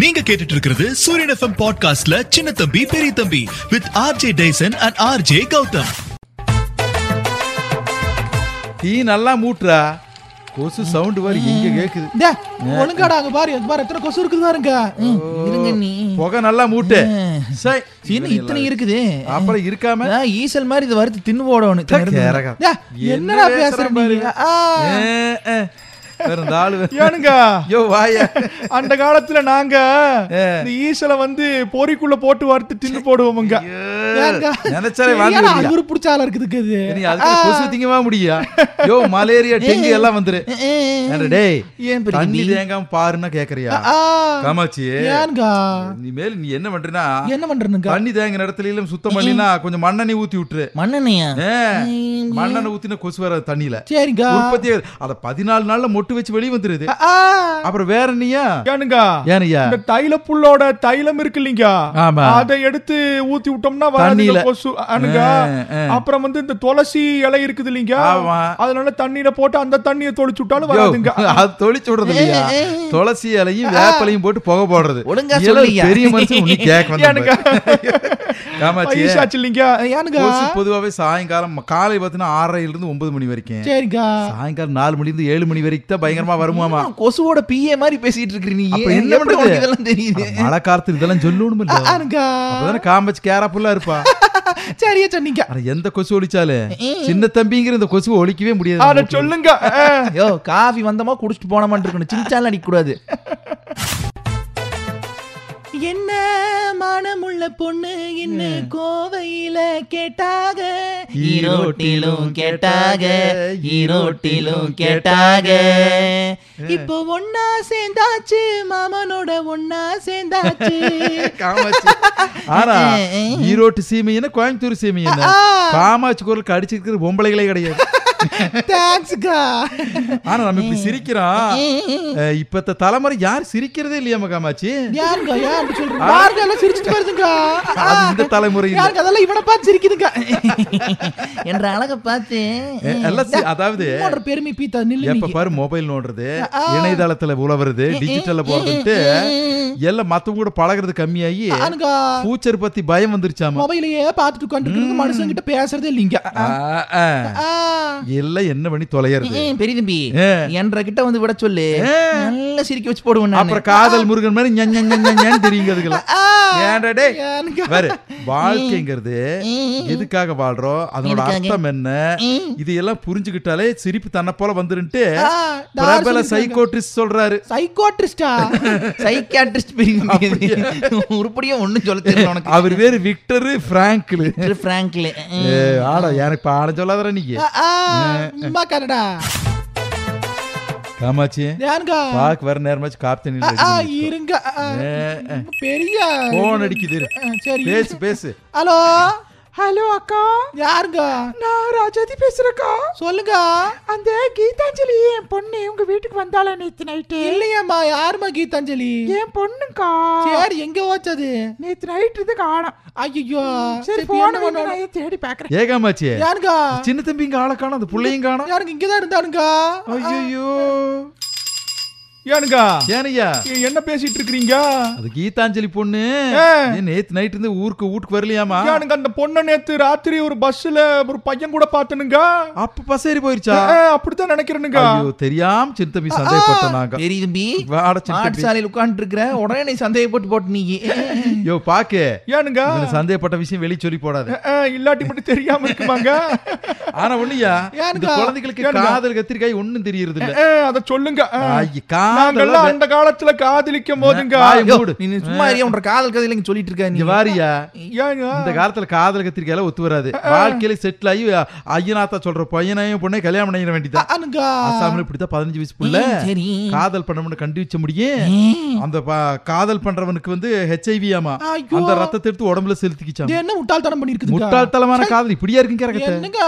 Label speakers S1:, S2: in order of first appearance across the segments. S1: நீங்க கேட்டுட்டு இருக்கிறது சூரியன் எஃப்எம் பாட்காஸ்ட்ல சின்ன தம்பி பெரிய தம்பி with RJ Daison and RJ Gautham
S2: டீ நல்லா மூட்டுறா கொசு சவுண்ட் வேற எங்க கேக்குது
S3: டே, ஒழுங்காடா அங்க பாரு அங்க பாரு எத்தனை கொசு இருக்குது பாருங்க ம், இருங்க நீ
S2: புகை நல்லா மூட்டு சை,
S3: இன்னும் இத்தனை இருக்குது
S2: அப்புறம் இருக்காம
S3: அதான் ஈசல் மாதிரி இது வறுத்து தின்னு போடணும்
S2: ட, கேரகம்.
S3: டே, என்னடா
S2: என்ன
S3: பேசுற
S2: பேசுறேன்
S3: நீ?
S2: பாரு.
S3: ஆ.
S2: ஏ, ஏ. வேற இந்த ஆளு வேற.
S4: ஏனுங்க
S2: யோ வாய
S4: அந்த காலத்துல நாங்க
S2: ஏ.
S4: இந்த ஈசல வந்து பொறிக்குள்ள போட்டு வறுத்து தின்னு போடுவோமுங்க
S3: ஏங்க?
S2: நினைச்சாலே
S3: சரியான
S2: வாந்தி வருதுயா.
S3: அறிவுறு பிடிச்ச ஆளா இருக்குது இது.
S2: நீ அதுக்கு கொசு திங்கமா முடியா யோ மலேரியா டெங்கு எல்லாம் வந்துரு ஏன்டா டேய்
S3: ஏன் பெரிய
S2: தண்ணி
S3: நீ?
S2: தேங்காம பாருன்னா கேக்குறியா
S3: ஆ,
S2: காமாட்சி
S3: ஏனுங்க?
S2: நீ மேல நீ என்ன பண்றேன்னா
S3: என்ன பண்றனுங்க
S2: தண்ணி தேங்க இடத்துல எல்லாம் சுத்தம் பண்ணினா கொஞ்சம் மண்ணெண்ணெய் ஊத்தி விட்டுரு
S3: மண்ணெண்ணையா
S2: ஏ, மண்ணெண்ணெய் ஊத்தின கொசு வராது தண்ணியில
S3: சரிங்க
S2: உற்பத்தி அத பதினாலு நாள்ல மொட்டு வச்சு வெளியே வந்துருது
S3: ஆ,
S2: அப்புறம் வேற நீயா
S4: ஏனுங்க
S2: ஏனையா
S4: இந்த தைல புல்லோட தைலம் இருக்கு இல்லைங்க
S2: ஆமா.
S4: அதை எடுத்து ஊத்தி விட்டோம்னா வராதுங்க
S2: தண்ணியில.
S4: கொசு அனுங்க
S2: ஆ, ஆ.
S4: அப்புறம் வந்து இந்த துளசி இலை இருக்குது இல்லைங்க
S2: ஆமா.
S4: அதனால தண்ணியில போட்டு அந்த தண்ணியை தொளிச்சு விட்டாலும்
S2: யோ,
S4: வராதுங்க
S2: அது தொளிச்சு விடுறது இல்லையா துளசி இலையும் வேப்பலையும் போட்டு புகை போடுறது
S3: ஒழுங்கா
S2: இதெல்லாம்
S3: சொல்லுயா.
S2: பெரிய மனுஷன் உனக்கு கேட்க
S4: ஏனுங்க?
S2: காமாட்சி
S4: ஐசாச்சு இல்லைங்க
S3: ஏனுங்க
S2: கொசு பொதுவாவே சாயங்காலம் காலை பார்த்தீங்கன்னா ஆறரைல இருந்து ஒன்பது மணி வரைக்கும்
S3: சரிங்க
S2: சாயங்காலம் நாலு மணில இருந்து ஏழு மணி வரைக்கும் தான் பயங்கரமா வருமாமா
S3: ஆ, கொசுவோட பிஏ மாதிரி பேசிட்டு இருக்கிற நீ
S2: அப்ப
S3: ஏன்
S2: என்ன
S3: எப்படி
S2: பண்றது?
S3: உனக்கு இதெல்லாம் தெரியுது
S2: அட, மழை காலத்துல இதெல்லாம் சொல்லணும் இல்ல
S3: ஆனுங்க
S2: அப்பதானே காமாட்சி கேராப்புல்லா இருப்பா
S3: சரியா சொன்னீங்க
S2: ஆனா எந்த கொசு ஒழிச்சாலே சின்ன தம்பிங்கிற இந்த கொசுவை ஒழிக்கவே முடியாது
S4: அட சொல்லுங்க ஆ.
S3: யோ காஃபி வந்தமா குடிச்சிட்டு போனமான்னு இருக்கணும் சின்சால் அடிக்க கூடாது என்ன மானமுள்ள பொண்ணு என்ன கோவையில கேட்டாக ஈரோட்டிலும் கேட்டாக ஈரோட்டிலும் கேட்டாக இப்போ ஒன்னா சேர்ந்தாச்சு மாமனோட ஒன்னா சேர்ந்தாச்சு
S2: காமாட்சி ஆனா
S3: ஏ, ஏ.
S2: ஈரோட்டு சீமையின கோயம்புத்தூர் சீமையின காமாட்சி குரல் கடிச்சிருக்கிற பொம்பளைகளே கிடையாது
S3: தேங்க்ஸ்கா
S2: ஆனா நம்ம இப்படி சிரிக்கிறோம் அஹ், இப்பத்த தலைமுறை யார் சிரிக்கிறதே இல்லையாம காமாட்சி
S3: யாருங்க யாருக்கு சொல்றீங்க பாருங்க எல்லாம் சிரிச்சிட்டு வருதுங்க
S2: அது இந்த தலைமுறை இல்ல.
S3: யாருக்கு அதெல்லாம் இவனை பார்த்து சிரிக்குதுங்க என்ற அழக பார்த்து
S2: எ- எல்லாம் சி- அதாவது
S3: உன்னோட பெருமை பீத்தா நில்லு
S2: எப்ப பாரு மொபைல் நோண்டுறது இணையதளத்துல உழவுறது டிஜிட்டல்ல போறதுன்ட்டு எல்லாம் மத்தவங்க கூட பழகுறது கம்மியாகி
S3: அனுங்க
S2: ஃபியூச்சர் பத்தி பயம் வந்துருச்சாமா
S3: மொபைலையே பார்த்துட்டு உட்காந்துருக்கிறது மனுஷங்கிட்ட பேசுறதே இல்லைங்க
S2: ஆ, ஆ.
S3: ஆ.
S2: எல்லாம் என்ன பண்ணி தொலையறது
S3: ஏய், பெரிய தம்பி
S2: ஏ.
S3: என்ற கிட்ட வந்து விட சொல்லு நல்லா சிரிக்க வச்சு போடுவேன் நானு.
S2: அப்புறம் காதல் முருகன் மாதிரி ஞ, ஞ, ஞ, ஞ, ஞன்னு தெரியுங்க அதுக்கெல்லாம்
S3: ஆ.
S2: ஏன்டா டேய்
S3: ஏனுங்க?
S2: வேற வாழ்க்கைங்கிறது எதுக்காக வாழ்றோம் அதனோட
S3: எதுக்காக?
S2: அர்த்தம் என்ன இதையெல்லாம் புரிஞ்சுக்கிட்டாலே சிரிப்பு தன்னை போல வந்துருன்ட்டு
S3: ஆ, தார
S2: பிரபல
S3: சொல்லிருக்காங்க.
S2: சைக்கோட்ரிஸ்ட் சொல்றாரு
S3: சைக்காட்ரிஸ்டா சைக்காட்ரிஸ்ட் பெரிய தம்பி. உருப்படியா ஒண்ணும் சொல்ல தெரியல உனக்கு
S2: அவர் பேரு விக்டர் பிராங்கிள்
S3: பிராங்க்ல
S2: ஏ, ஆடா எனக்கு பாடம் சொல்லாதடா நீங்க
S3: அம்மா கனடா
S2: காமாச்சி
S3: ஏனுங்க
S2: பாக்கு வர நேரமாச்சு காப்பி தண்ணி
S3: ஆ, இருங்க ஆ, ஆ. பெரிய
S2: போன் அடிக்குது
S3: ஆ, சரி
S2: பேசு பேசு
S3: ஹலோ
S4: ஹலோ அக்கா
S3: யாருங்க
S4: நான் ராஜாதி பேசுறேக்கா
S3: சொல்லுங்க
S4: அந்த கீதாஞ்சலி என் பொண்ணு உங்க வீட்டுக்கு வந்தாளா நேத்து நைட்டு
S3: இல்லையம்மா யாரும்மா கீதாஞ்சலி
S4: என் பொண்ணுக்கா
S3: சரி எங்க ஓச்சது
S4: நேத்து நைட் இருந்து காணோம்
S3: ஐயோ
S4: சரி போன வந்து நான் ஏன் தேடி பாக்குறேன்
S2: ஏ காமாச்சி
S3: யாருங்க
S2: சின்ன தம்பி இங்க ஆளை காணும் அந்த புள்ளையும் காணும்
S3: யாருங்க இங்கதான் இருந்தாருங்க
S2: ஐயோ
S4: ஏனுங்க
S2: ஏனையா
S4: நீ என்ன பேசிட்டு இருக்கிறீங்க
S2: அது கீதாஞ்சலி பொண்ணு
S4: ஆ.
S2: ஏன் நேத்து நைட் இருந்து ஊருக்கு வீட்டுக்கு வரலையாமா
S4: ஏனுங்க அந்த பொண்ணை நேத்து ராத்திரி ஒரு பஸ்ல ஒரு பையன் கூட பார்த்தனுங்க
S2: அப்ப பசேரி போயிருச்சா
S4: அப்படித்தான் நினைக்கிறேனுங்க
S2: ஐயோ தெரியாம சின்ன தம்பி சந்தேகப்பட்டோம் நாங்க
S3: பெரிய தம்பி
S2: வாட சின்ன தம்பி
S3: பாடசாலையில் உட்கார்ந்து இருக்கிற உடனே நீ சந்தேகப்பட்டு போட்டு நீ
S2: யோ பாக்கு
S4: ஏனுங்க
S2: இவனுக்கு சந்தேகப்பட்ட விஷயம் வெளிய சொல்லி போடாது
S4: ஆ, இல்லாட்டி மட்டும் தெரியாம இருக்குமாங்க
S2: ஆனா ஒண்ணுயா இந்த
S3: ஏனுக்கா?
S2: குழந்தைகளுக்கு
S4: ஏனுக்கா?
S2: காதல் கத்திரிக்காய் ஒண்ணும் தெரியறது இல்ல
S4: ஆ, அத சொல்லுங்க ஆ.
S2: ஐய, காதல்
S4: நாங்கெல்லாம் அந்த காலத்துல காதலிக்கும் போதுங்க
S2: ஆய், மூடு.
S3: நீ சும்மா இருக்கியா உன்ற காதல் கதையில இங்க சொல்லிட்டு இருக்க நீ
S2: இங்க வாரியா
S4: ஏங்க
S2: இந்த காலத்துல காதல் கத்திரிக்காய் ஒத்து வராது வாழ்க்கையில செட்டில் ஆகி ஐயனாத்தா சொல்ற பையனையும் பொண்ணை கல்யாணம் பண்ணிட வேண்டியதான்
S3: அனுங்க
S2: அசாமில் இப்படித்தான் பதினஞ்சு வயசு புள்ள
S3: ஏய், சரி.
S2: காதல் பண்ணணும்னு கண்டுபிடிச்ச முடியும் அந்த ப- காதல் பண்றவனுக்கு வந்து ஹெச்ஐவி ஆமா
S3: ஐயோ.
S2: அந்த ரத்தத்தை எடுத்து உடம்புல செலுத்திக்கிச்சாம்
S3: இது என்ன முட்டாள்தனம் பண்ணிருக்குது
S2: முட்டாள்தனமான காதல் இப்படியா இருக்குங்க கரகத்தை
S3: என்னங்க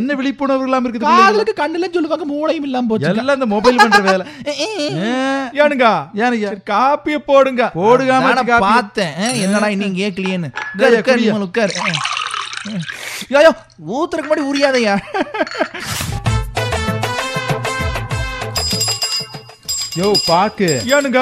S2: என்ன விழிப்புணர்வு இல்லாம இருக்குது பிள்ளைங்களுக்கு?
S3: காதலுக்கு கண்ணுல சொல்லுவாங்க மூளையும் இல்லாம போச்சு
S2: எல்லாம் இந்த மொபைல் பண்ற வேலை ஏ,
S4: ஏனுங்க
S2: ஏனுங்க
S4: சரி, காப்பியை போடுங்க
S2: போடுகாம
S3: நானா
S2: காப்பி.
S3: பார்த்தேன் ஆ, என்னடா இன்னும் கேட்கலையேன்னு
S2: டேய்,
S3: டேய், உட்கார்,
S2: குடியா.
S3: நீ முதல்ல உட்கார் ஆ. ஐயோ ஊத்துறக்கு முன்னாடி உரியாதையா
S2: யோ பாக்கு
S4: ஏனுங்க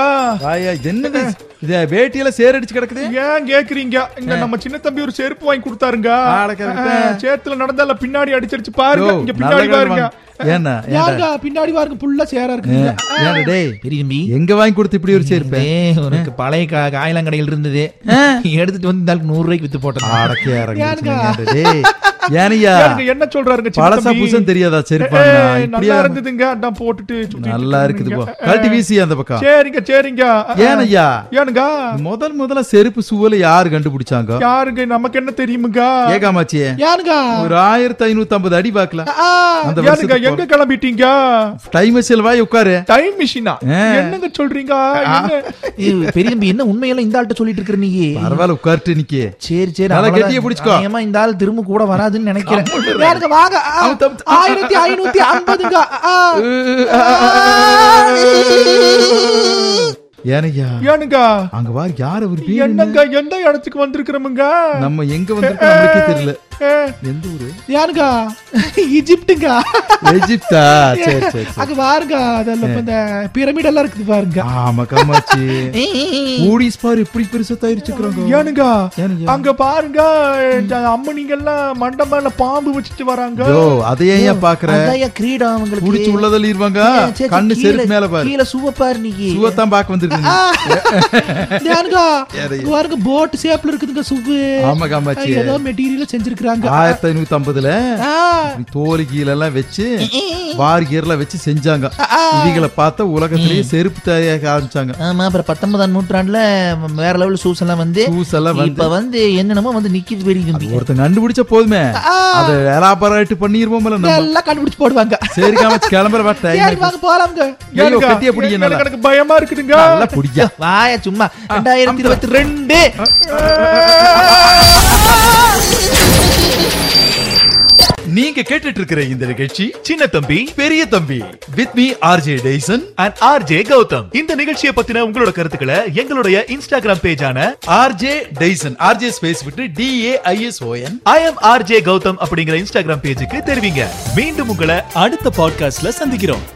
S2: ஆயா என்னது இது வேட்டியில சேர் அடிச்சு கிடக்குது
S5: ஏன் கேக்குறீங்க இங்க நம்ம சின்ன தம்பி ஒரு செருப்பு வாங்கி கொடுத்தாருங்க
S2: ஆட கரெக்ட்.
S5: ஆ, சேத்துல நடந்தால பின்னாடி அடிச்சடிச்சு பாருங்க
S2: யோ,
S5: இங்க
S2: நல்ல
S5: பின்னாடி
S2: காலம்
S5: பாருங்க
S2: வாங்க. ஏன்னா ஏன்டா?
S5: யாருங்க பின்னாடி பாருங்க ஃபுல்லா சேரா
S2: ஏ,
S5: இருக்குங்க
S2: ஏன்டா டேய்
S3: பெரிய தம்பி
S2: எங்க வாங்கி கொடுத்து இப்படி ஒரு சேர்ப்பேன்
S3: இதே உனக்கு பழைய கா- காயெல்லாம் கடையில் இருந்தது எடுத்துட்டு வந்து இந்த ஆளுக்கு நூறு ரூபாய்க்கு வித்து போட்டேன்
S2: ஏனையா
S5: யாருங்க என்ன சொல்றாருங்க சின்ன
S2: பழசா
S5: தம்பி?
S2: புதுசா தெரியாதா சரிப்பா
S5: ஏய்,
S2: நான் இப்படியா
S5: நல்லா இருந்ததுங்க நான் போட்டுட்டு சுத்திட்டு
S2: நல்லா இருக்குது போ
S5: இருக்கேனுங்க.
S2: கழட்டி வீசி அந்த பக்கம்
S5: சரிங்க சரிங்க
S2: ஏனையா
S5: ஏனுங்க
S2: முதல் முதல்ல செருப்பு சூவலை யாரு கண்டுபிடிச்சாங்க
S5: யாருங்க நமக்கு என்ன தெரியுமுங்க
S2: ஏகாமாச்சி
S5: யாருங்க
S2: ஒரு ஆயிரத்தி ஐநூத்தி ஐம்பது அடி பாக்கல
S5: ஆ,
S2: அந்த
S5: யாருங்க
S2: வருஷத்துக்கு
S5: எங்க கிளம்பிட்டீங்க
S2: டைம் செல்வாய் உட்காரு
S5: டைம் மிஷினா
S2: ஆ.
S5: என்னங்க சொல்றீங்க என்ன?
S3: இது பெரிய தம்பி என்ன உண்மையெல்லாம் இந்த ஆள்கிட்ட சொல்லிட்டு இருக்கிற நீ
S2: பரவாயில்ல உட்கார்ட்டு நிக்கி
S3: சரி சரி
S2: நல்லா
S3: அவ்வளவுதான்.
S2: கெட்டியா பிடிச்சுக்கோ.
S3: நியாயமா இந்த ஆள் திரும்ப கூட வராதுன்னு நினைக்கிறேன்
S4: யாருங்க வாங்க ஆ, ஆயிரத்தி ஐநூத்தி ஐம்பதுங்க ஆ,
S2: ஏனையா
S5: ஏனுங்க
S2: அங்க வா யார் அவர் பேர் என்ன?
S5: என்னங்க எந்த இடத்துக்கு வந்திருக்கிறோமுங்க
S2: நம்ம எங்க வந்திருக்கோம் நம்மளுக்கே தெரியல
S5: ஆ,
S2: எந்த ஊரு
S5: யாருங்க
S4: ஈஜிப்டுங்க
S2: எஜிப்தா சரி சரி சரி.
S4: அங்க பாருங்க அதெல்லாம் இந்த பிரமிட் எல்லாம் இருக்குது பாருங்க
S2: ஆமா காமாச்சி ஊடிஸ் பாரு இப்படி பெருசா தயாரிச்சுக்கிறாங்க
S5: ஏனுங்க
S2: ஏனுங்க?
S5: அங்க பாருங்க இந்த அம்மனிங்க எல்லாம் மண்டபம்ல பாம்பு வச்சுட்டு வராங்க
S2: யோ அதையே ஏன் பாக்குற
S3: அதான்யா கிரீடா அவங்களுக்கு
S2: புடிச்சு உள்ளதில் இருவாங்க
S3: ஏ, சரி, சரி,
S2: கண்ணு
S3: கீழே-
S2: செருப்பு மேல பாரு
S3: கீழே சுவப்பாரு நீ
S2: சுவத்தான் பாக்க வந்திருக்கீங்க
S4: யாருங்க இங்க பாருங்க போட் ஷேப்ல இருக்குதுங்க சுவு
S2: ஆமா காமாச்சி
S4: ஏதோ மெட்டீரியல் செஞ்சிருக்கிறாங்க
S2: ஆயிரத்தி ஐநூத்தி ஐம்பதுல தோல் கீழ எல்லாம் வச்சு வார் கீரெல்லாம் வச்சு செஞ்சாங்க இவங்களை பார்த்தா உலகத்திலேயே செருப்பு தயாரிக்க ஆரம்பிச்சாங்க
S3: ஆமா அப்புறம் பத்தொன்பதாம் நூற்றாண்டுல வேற லெவல் ஷூஸ் எல்லாம் வந்து
S2: ஷூஸ் எல்லாம் வந்து-
S3: இப்ப வந்து என்னென்னமோ வந்து நிக்கிது பெரிய தம்பி
S2: ஒருத்தன் கண்டுபிடிச்ச போதுமே அதை எலாபரேட் பண்ணிருவோம்ல நம்ம
S4: எல்லாம் கண்டுபிடிச்சு போடுவாங்க
S2: சரி காமாச்சி கிளம்புற வா
S4: சரி
S2: டைம்
S4: வாங்க போலாம்ங்க
S2: ஐயோ
S5: ஏனுங்க?
S2: கட்டிய பிடிங்க
S5: எனக்கு-
S2: நல்லா
S5: எனக்கு பயமா இருக்குதுங்க
S2: நல்லா பிடிக்க
S3: வாயா சும்மா ரெண்டாயிரத்தி இருபத்தி ரெண்டு
S2: நீங்க கேட்டுட்டு இருக்கிற இந்த நிகழ்ச்சி
S1: சின்ன தம்பி
S2: பெரிய தம்பி with me RJ Daison
S1: and RJ Gautham இந்த நிகழ்ச்சியை பத்தின உங்களோட கருத்துக்களை எங்களுடைய இன்ஸ்டாகிராம் பேஜான
S2: ஆர்ஜே டேசன் ஆர்ஜே ஸ்பேஸ் விட்டு D A I S O N
S1: I am RJ Gautham அப்படிங்கிற இன்ஸ்டாகிராம் பேஜுக்கு தெரிவிங்க மீண்டும் உங்களை அடுத்த பாட்காஸ்ட்ல சந்திக்கிறோம்